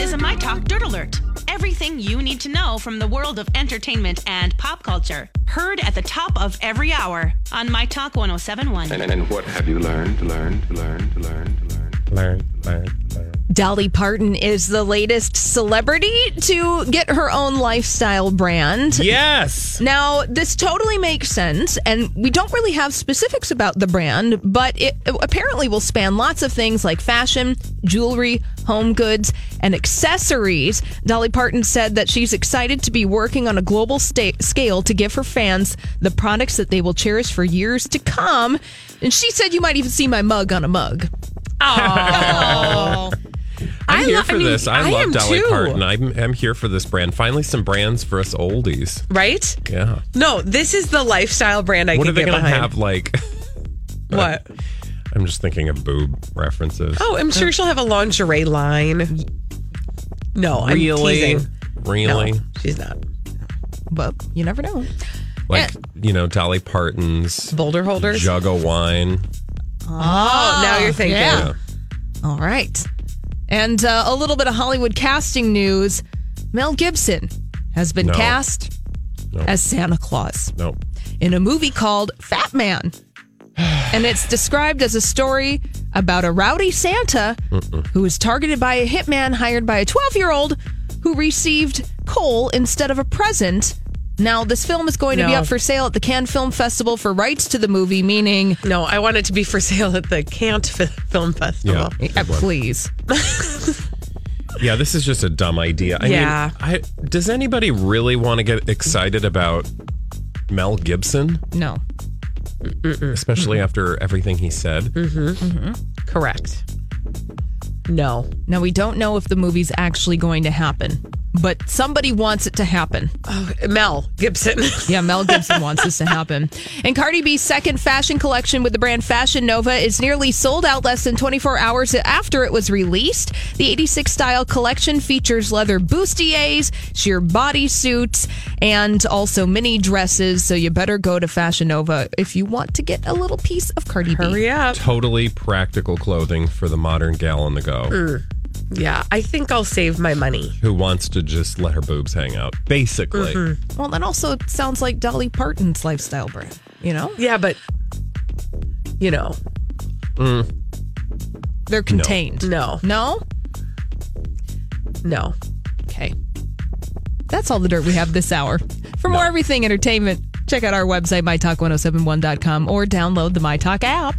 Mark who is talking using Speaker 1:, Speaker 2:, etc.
Speaker 1: is a My Talk Dirt Alert. Everything you need to know from the world of entertainment and pop culture. Heard at the top of every hour on My Talk 1071.
Speaker 2: And, and, and what have you learned, learned, learned, learned, learned?
Speaker 3: Learn, learn, learn.
Speaker 4: Dolly Parton is the latest celebrity to get her own lifestyle brand.
Speaker 3: Yes.
Speaker 4: Now, this totally makes sense, and we don't really have specifics about the brand, but it apparently will span lots of things like fashion, jewelry, home goods, and accessories. Dolly Parton said that she's excited to be working on a global sta- scale to give her fans the products that they will cherish for years to come. And she said, You might even see my mug on a mug.
Speaker 1: Oh.
Speaker 3: I'm
Speaker 4: I
Speaker 3: here
Speaker 4: lo-
Speaker 3: for
Speaker 4: I mean,
Speaker 3: this. I,
Speaker 4: I am
Speaker 3: love Dolly
Speaker 4: too.
Speaker 3: Parton. I'm, I'm here for this brand. Finally, some brands for us oldies.
Speaker 5: right?
Speaker 3: Yeah.
Speaker 5: No, this is the lifestyle brand I
Speaker 3: what
Speaker 5: can
Speaker 3: are they
Speaker 5: get
Speaker 3: going to
Speaker 5: behind.
Speaker 3: have? Like,
Speaker 5: What?
Speaker 3: I'm just thinking of boob references.
Speaker 5: Oh, I'm sure she'll have a lingerie line. No, I'm teasing.
Speaker 3: Really?
Speaker 5: No, she's not.
Speaker 4: But you never know.
Speaker 3: Like, you know, Dolly Parton's
Speaker 5: Boulder holders.
Speaker 3: jug of wine.
Speaker 5: oh, now you're thinking.
Speaker 4: yeah. All right. And uh, a little bit of Hollywood casting news Mel Gibson has been
Speaker 3: No.
Speaker 4: cast
Speaker 3: No.
Speaker 4: as Santa Claus
Speaker 3: Nope.
Speaker 4: in a movie called Fat Man. and it's described as a story about a rowdy Santa who was targeted by a hitman hired by a 12 year old who received coal instead of a present. Now, this film is going to be
Speaker 5: No.
Speaker 4: up for sale at the Cannes Film Festival for rights to the movie, meaning,
Speaker 5: No, I want it to be for sale at the Can't F- Film Festival.
Speaker 3: Yeah.
Speaker 4: Uh, please.
Speaker 3: Yeah, this is just a dumb idea. I
Speaker 5: Yeah.
Speaker 3: mean, I, does anybody really want to get excited about Mel Gibson,
Speaker 4: No.
Speaker 3: especially after everything he said?
Speaker 5: Correct. No.
Speaker 4: Now, we don't know if the movie's actually going to happen, but somebody wants it to happen.
Speaker 5: Mel Gibson.
Speaker 4: Yeah, Mel Gibson wants this to happen. And Cardi B's second fashion collection with the brand Fashion Nova is nearly sold out less than 24 hours after it was released. The 86 style collection features leather bustiers, sheer bodysuits, and also mini dresses. So you better go to Fashion Nova if you want to get a little piece of Cardi B.
Speaker 5: Hurry up.
Speaker 3: Totally practical clothing for the modern gal on the go
Speaker 5: Yeah, I think I'll save my money.
Speaker 3: who wants to just let her boobs hang out, basically.
Speaker 4: Well, that also sounds like Dolly Parton's lifestyle brand, you know?
Speaker 5: Yeah, but you know,
Speaker 4: They're contained.
Speaker 5: no,
Speaker 4: No?
Speaker 5: no.
Speaker 4: Okay. That's all the dirt we have this hour. For oh more everything entertainment, check out our website, mytalk1071.com, or download the MyTalk app.